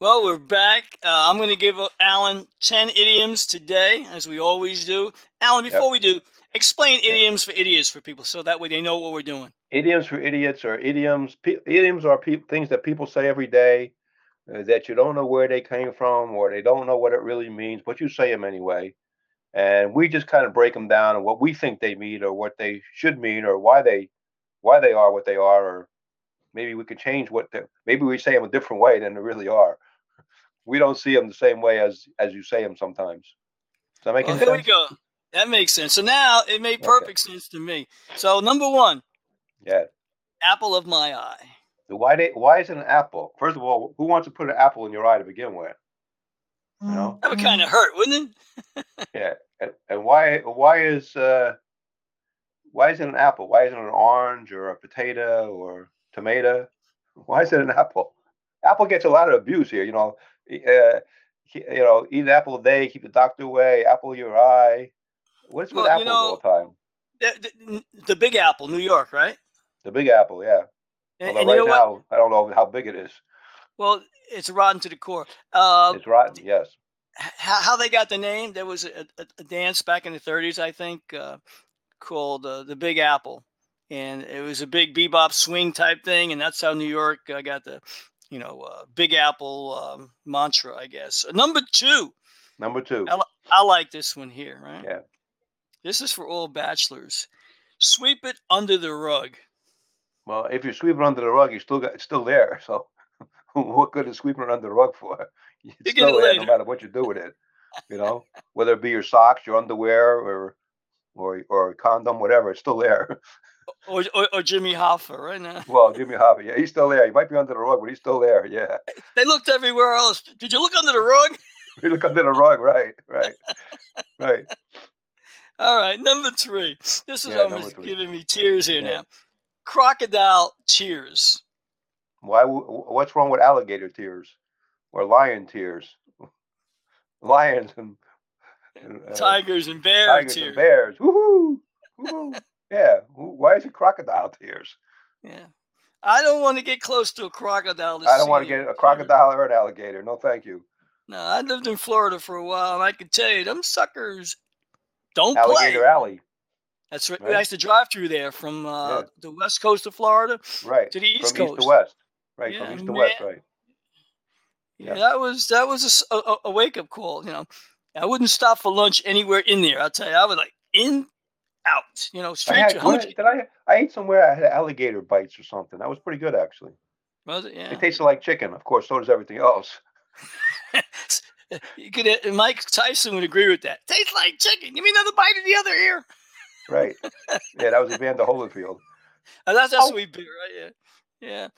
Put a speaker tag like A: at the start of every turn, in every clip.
A: Well, we're back. Uh, I'm going to give Alan 10 idioms today, as we always do. Alan, before we do, explain idioms for idiots for people so that way they know what we're doing.
B: Idioms for idiots are idioms. Pe- idioms are peop things that people say every day uh, that you don't know where they came from or they don't know what it really means, but you say them anyway. And we just kind of break them down and what we think they mean or what they should mean or why they why they are what they are or maybe we could change what they maybe we say them a different way than they really are. We don't see them the same way as as you say them sometimes. Does that make
A: Well,
B: any
A: here we
B: sense?
A: go. That makes sense. So now it made
B: Okay.
A: perfect sense to me. So, number one,
B: Yeah.
A: apple of my eye.
B: Why they, why is it an apple? First of all, who wants to put an apple in your eye to begin with? You know?
A: That would kind of hurt, wouldn't it?
B: Yeah, and, and why why is uh why is it an apple? Why isn't it an orange or a potato or tomato? Why is it an apple? Apple gets a lot of abuse here. You know, E- uh, he- you know, eat an apple a day, keep the doctor away. Apple your eye. What's
A: Well,
B: with
A: you
B: apples all the time?
A: The, the- the Big Apple, New York, right?
B: The big apple, yeah.
A: And,
B: Although
A: and you know
B: right
A: what?
B: now, I don't know how big it is.
A: Well, it's rotten to the core. Uh,
B: It's rotten. Yes.
A: h- how, how they got the name. There was a, a, a dance back in the 30s, I think, uh, called uh, the Big Apple, and it was a big bebop swing type thing, and that's how New York uh, got the, you know, uh, Big Apple um, mantra, I guess. Uh, number two,
B: Number two.
A: I, li- I like this one here, right?
B: Yeah.
A: This is for all bachelors. Sweep it under the rug.
B: Well, if you sweep it under the rug, you still got it's still there. So, what good is sweeping it under the rug for? It's
A: Pick it
B: still there, no
A: later.
B: matter what you do with it. You know, whether it be your socks, your underwear, or or or a condom, whatever, it's still there.
A: Or, or, or Jimmy Hoffa, right now.
B: Well, Jimmy Hoffa, yeah, he's still there. He might be under the rug, but he's still there. Yeah,
A: They looked everywhere else. Did you look under the rug?
B: you look under the rug, right, right, right.
A: All right, number three. This is
B: Yeah, number
A: almost
B: three.
A: giving me tears here
B: Yeah.
A: now. Crocodile tears.
B: Why? w- w- What's wrong with alligator tears or lion tears? Lions and, and uh,
A: Tigers and bear
B: tigers
A: tears.
B: and bears. Woohoo! Woohoo! yeah. wh- Why is it crocodile tears?
A: Yeah. I don't want to get close to a crocodile.
B: I don't
A: see
B: want
A: it.
B: to get a crocodile or an alligator. No, thank you.
A: No, I lived in Florida for a while, and I can tell you, them suckers don't
B: Alligator
A: play.
B: Alley.
A: That's right.
B: right?
A: I used to drive through there from uh,
B: Yeah.
A: the west coast of Florida
B: Right.
A: to the east
B: From
A: coast.
B: east to west. Right.
A: Yeah,
B: From east to west. Right.
A: Yeah,
B: Yeah.
A: that was that was a s- a, wake up call. You know, I wouldn't stop for lunch anywhere in there. I'll tell you, I was like in, out. You know,
B: I
A: straight
B: had,
A: to how
B: what,
A: much
B: did I? I ate somewhere. I had alligator bites or something. That was pretty good actually.
A: was it? Yeah,
B: It tasted like chicken. Of course, so does everything else.
A: you could. uh, Mike Tyson would agree with that. Tastes like chicken. Give me another bite of the other ear.
B: Right. yeah. That was Evander Holyfield.
A: Uh, that's that's
B: Oh.
A: sweet beer, right? Yeah,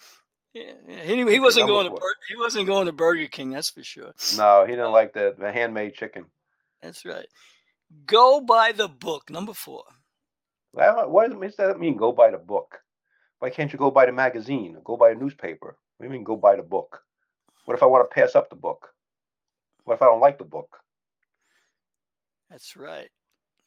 A: yeah, yeah. yeah. He, he wasn't
B: number
A: going to
B: four.
A: Bur- he wasn't going to Burger King. That's for sure.
B: No, he didn't like the, the handmade chicken.
A: That's right. Go by the book, number four.
B: Well, What does- what does that mean? Go buy the book. Why can't you go buy the magazine? Or go buy a newspaper. What do you mean go buy the book? What if I want to pass up the book? What if I don't like the book?
A: That's right.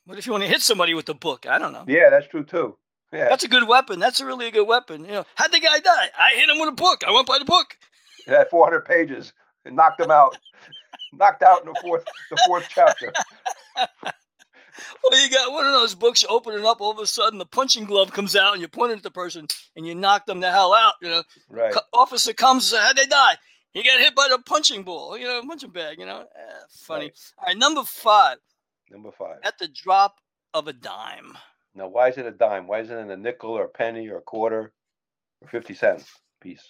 A: What if you want to hit somebody with the book? I don't know.
B: Yeah, that's true too. Yeah,
A: That's a good weapon. That's a really good weapon. You know, how'd the guy die? I hit him with a book. I went by the book.
B: it had 400 pages and knocked him out. knocked out in the fourth the fourth chapter.
A: Well, you got one of those books, you open it up, all of a sudden the punching glove comes out and you point it at the person and you knock them the hell out. You know,
B: Right.
A: Co- officer comes, and says, how'd they die? He got hit by the punching ball, you know, punching bag, you know. Eh, funny.
B: Right.
A: All right, number five,
B: Number five.
A: at the drop of a dime.
B: Now, why is it a dime? Why isn't it a nickel or a penny or a quarter or 50 cents piece?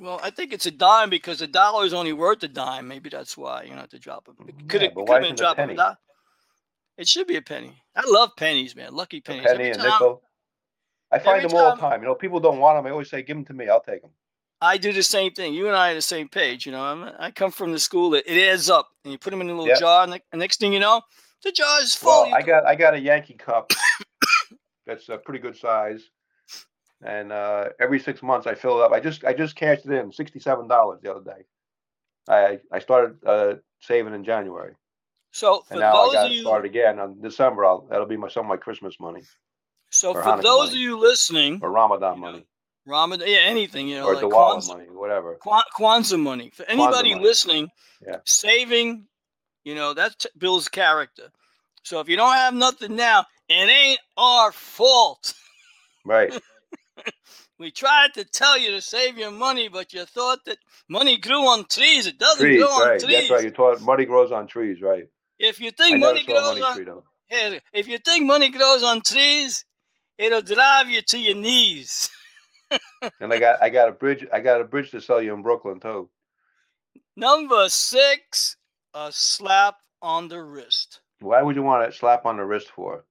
A: Well, I think it's a dime because a dollar is only worth a dime. Maybe that's why, you know, at the drop of it. Could
B: Yeah,
A: it
B: but
A: could
B: why
A: have been a
B: isn't it a
A: drop of a
B: penny?
A: dime? It should be a penny. I love pennies, man. Lucky pennies.
B: Penny
A: Every
B: and
A: time
B: nickel. I find
A: every
B: them all the
A: time-
B: time. You know, people don't want them. I always say, give them to me. I'll take them.
A: I do the same thing. You and I are the same page. You know, I'm, I come from the school that it adds up, and you put them in a little
B: Yep.
A: jar, and the, and next thing you know, the jar is full.
B: Well,
A: You
B: I
A: go-
B: got I got a Yankee cup that's a pretty good size, and uh, every six months I fill it up. I just I just cashed it in sixty seven dollars the other day. I I started uh, saving in January,
A: so for
B: and now I
A: those
B: got
A: of
B: it
A: you,
B: started again on December. I'll, that'll be my some of my Christmas money
A: so
B: for
A: for
B: Hanukkah
A: those of
B: money.
A: you listening,
B: or Ramadan
A: you know,
B: money.
A: Ramadan, yeah, anything, you know,
B: or
A: like
B: Dawala
A: Kwanzaa,
B: money, whatever.
A: Kwan- Kwanzaa money. For anybody
B: money.
A: listening,
B: Yeah.
A: saving, you know, that t- builds character. So if you don't have nothing now, it ain't our fault.
B: Right.
A: We tried to tell you to save your money, but you thought that money grew on trees. It doesn't
B: trees,
A: grow on
B: right.
A: trees.
B: That's right. You taught money grows on trees, right?
A: If you
B: I
A: think
B: never
A: money
B: saw a
A: grows
B: money
A: on
B: tree though.
A: Hey, if you think money grows on trees, it'll drive you to your knees.
B: And I got I got a bridge I got a bridge to sell you in Brooklyn too.
A: Number six, a slap on the wrist.
B: Why would you want to slap on the wrist for?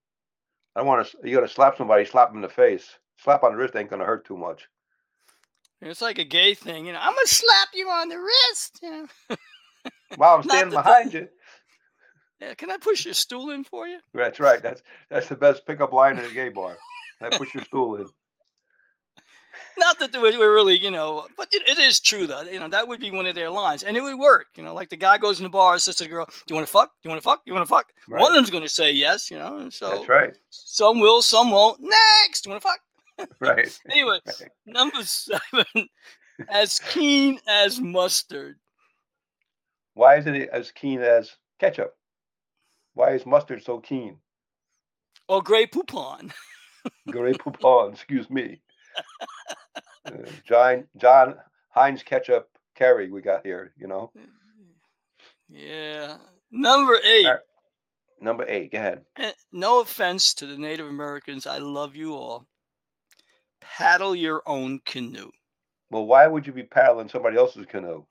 B: I want to. You got to slap somebody. Slap 'em in the face. Slap on the wrist ain't gonna hurt too much.
A: It's like a gay thing, you know. I'm gonna slap you on the wrist. You know?
B: Wow, I'm
A: Not
B: standing
A: the-
B: behind you.
A: Yeah, can I push your stool in for you?
B: That's right. That's that's the best pickup line in a gay bar. I push your stool in.
A: Not that we're we're really, you know, but it, it is true though. You know, that would be one of their lines, and it would work. You know, like the guy goes in the bar, says to the girl, "Do you want to fuck? Do you want to fuck? Do you want to fuck?"
B: Right.
A: One of them's gonna say yes, you know. And so
B: That's right.
A: some will, some won't. Next, do you want to fuck?
B: Right.
A: anyway, number seven, as keen as mustard.
B: Why isn't it as keen as ketchup? Why is mustard so keen?
A: Or Grey Poupon.
B: Grey Poupon, excuse me. Uh, John John Heinz ketchup Kerry we got here, you know.
A: Yeah. Number eight.
B: Alright. Number eight, go ahead.
A: eh, No offense to the Native Americans. I love you all. Paddle your own canoe.
B: Well, why would you be paddling somebody else's canoe?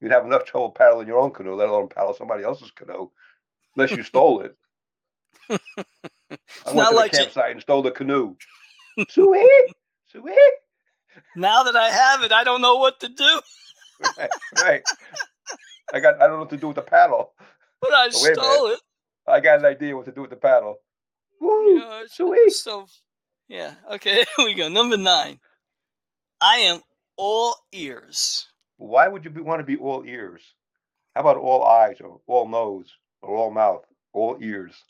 B: You'd have enough trouble paddling your own canoe, let alone paddle somebody else's canoe, unless you stole it. I
A: not
B: went to the
A: like you-
B: campsite and stole the canoe. Sweet, sweet.
A: Now that I have it, I don't know what to do.
B: Right, right. I got. I don't know what to do with the paddle.
A: But I
B: Oh, Wait a minute.
A: stole it.
B: I got an idea what to do with the paddle.
A: you
B: Woo,
A: know, it's-
B: sweet.
A: So, yeah. Okay. Here we go. Number nine. I am all ears.
B: Why would you be, want to be all ears? How about all eyes or all nose or all mouth, all ears?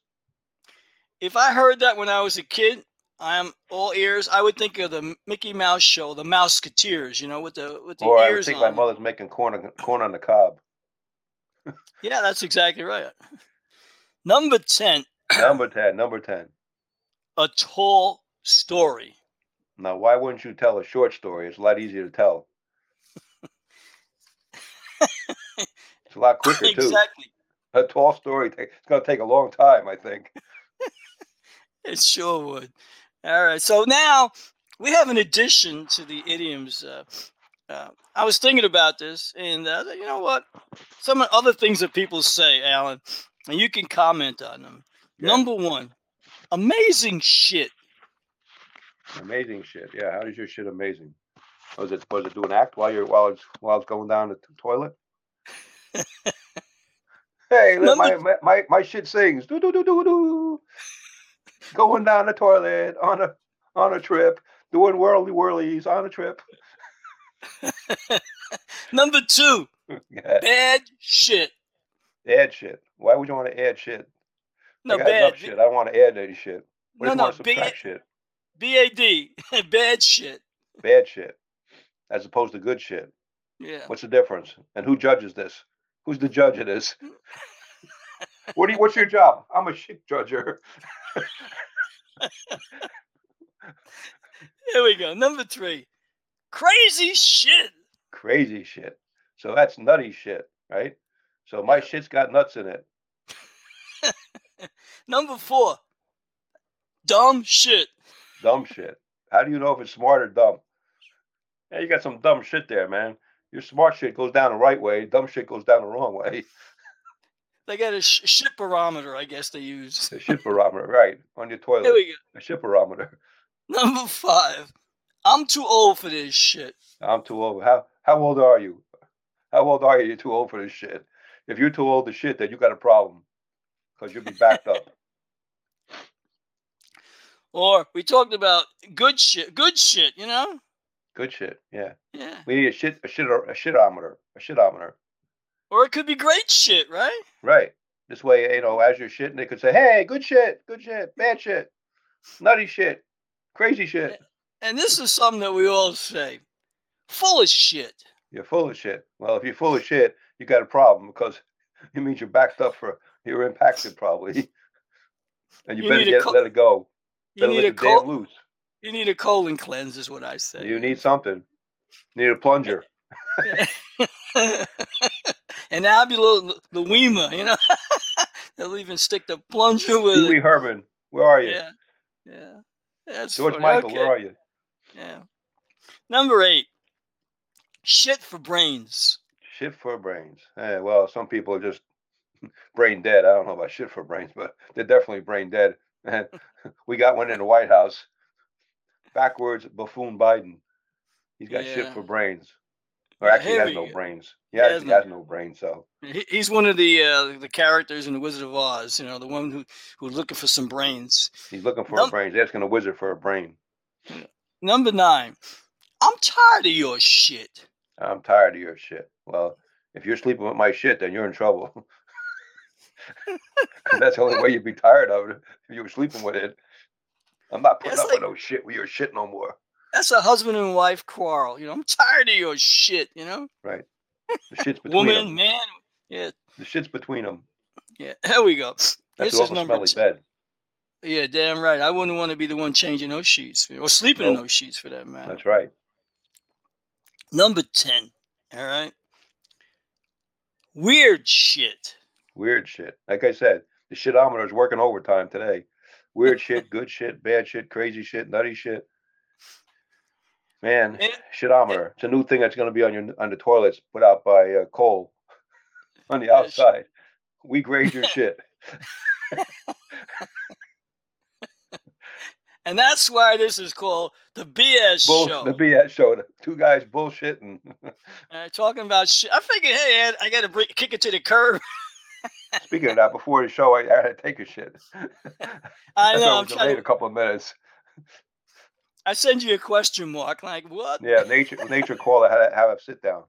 A: if I heard that when I was a kid, I'm all ears. I would think of the M- Mickey Mouse show, the Mouseketeers, you know, with the with the
B: Or I would
A: ears
B: think
A: on.
B: my mother's making corn on, corn on the cob.
A: Yeah, that's exactly right. Number ten,
B: Number ten. Number ten.
A: a tall story.
B: Now, why wouldn't you tell a short story? It's a lot easier to tell. it's a lot quicker too.
A: exactly,
B: A tall story. ta- It's going to take a long time, I think.
A: it sure would. All right, so now we have an addition to the idioms. Uh, uh, I was thinking about this, and uh, you know what? Some other things that people say, Alan, and you can comment on them.
B: Yeah,
A: Number one, amazing shit.
B: amazing shit. Yeah, how is your shit amazing? Was it was it do an act while you're while it's while it's going down the t- toilet? hey, look, my, my my my shit sings. Do do do do do. Going down the toilet on a on a trip, doing whirly whirlies on a trip.
A: Number two,
B: Yeah,
A: bad shit.
B: add shit. Why would you want to add shit?
A: No,
B: I got enough
A: bad.
B: shit. I don't want to add any shit. I
A: No,
B: just
A: no,
B: want to
A: B
B: subtract shit.
A: A D. Bad shit.
B: Bad shit, as opposed to good shit.
A: Yeah.
B: What's the difference? And who judges this? Who's the judge of this?
A: Mm.
B: What do you, what's your job? I'm a shit judger.
A: Here we go. Number three, crazy shit.
B: Crazy shit. So that's nutty shit, right? So my shit's got nuts in it.
A: Number four, dumb shit.
B: Dumb shit. How do you know if it's smart or dumb? Yeah, you got some dumb shit there, man. Your smart shit goes down the right way, dumb shit goes down the wrong way.
A: They got a sh- shit barometer, I guess they use.
B: A shit barometer, right? On your
A: Here
B: toilet.
A: we
B: A shit barometer.
A: go. Number five, I'm too old for this shit.
B: I'm too old. How how old are you? How old are you? You're too old for this shit. If you're too old to shit, then you got a problem. Cause you'll be backed up.
A: Or we talked about good shit. Good shit, you know?
B: Good shit. Yeah.
A: Yeah.
B: We need a shit a shit a shitometer. A shitometer.
A: Or it could be great shit, right?
B: Right. This way, you know, as you're shitting, they could say, Hey, good shit, good shit, bad shit, nutty shit, crazy shit.
A: and this is something that we all say full of shit.
B: You're full of shit. Well, if you're full of shit, you got a problem because it means you're backed up for you're impacted probably, and you,
A: You
B: better
A: need a
B: get
A: co-
B: let it go.
A: You
B: Better
A: need
B: let
A: a
B: it damn
A: col-
B: loose.
A: you need a colon cleanse, is what I say.
B: You need something. Need a plunger.
A: and Abula Luima, you know, they'll even stick the plunger
B: Pee
A: with
B: Wee
A: it.
B: Herman, where are you?
A: Yeah, yeah, that's
B: George
A: funny.
B: Michael,
A: Okay.
B: where are you?
A: Yeah. Number eight, shit for brains.
B: Shit for brains. Eh, well, some people are just brain dead. I don't know about shit for brains, but they're definitely brain dead. And we got one in the White House. Backwards buffoon Biden. He's got shit
A: Yeah.
B: for brains. Or
A: Yeah,
B: actually he
A: here
B: has
A: we
B: no
A: go.
B: brains. He
A: He has
B: actually
A: no-
B: has no brains, so
A: He, he's one of the uh, the characters in the Wizard of Oz. You know, the one who who's looking for some brains.
B: he's looking for a
A: Num-
B: brain. He's asking a wizard for a brain.
A: Number nine, I'm tired of your shit.
B: I'm tired of your shit. Well, if you're sleeping with my shit, then you're in trouble. 'Cause that's the only way you'd be tired of it if you were sleeping with it. I'm not putting
A: That's
B: up with
A: like-
B: no shit with your shit no more.
A: That's a husband and wife quarrel. You know, I'm tired of your shit. You know,
B: The shit's between
A: woman,
B: 'em.
A: man. Yeah,
B: The shit's between them.
A: yeah. There we go.
B: That's
A: This
B: an
A: is
B: awful
A: number
B: smelly
A: two.
B: bed.
A: Yeah, damn right. I wouldn't want to be the one changing those sheets or sleeping in
B: Nope.
A: those sheets for that matter.
B: That's right.
A: Number 10. All right. Weird shit.
B: Weird shit. Like I said, the shitometer is working overtime today. Weird shit, good shit, bad shit, crazy shit, nutty shit. Man,
A: It-
B: shitometer. it's a new thing that's going to be on your on the toilets put out by uh, Cole on the
A: Yeah, sh-
B: outside. We grade your shit.
A: And that's why this is called the BS
B: Bull,
A: show.
B: the BS show. The two guys bullshitting.
A: All right, Uh, talking about shit. I figured, hey, Ed, I got to bring, kick it to the curb.
B: Speaking of that, before the show, I, I had to take a shit.
A: I know.
B: I
A: I'm
B: was delayed
A: trying
B: a couple of minutes.
A: I send you a question mark. Like, what?
B: Yeah, nature nature called. I had to have a sit down.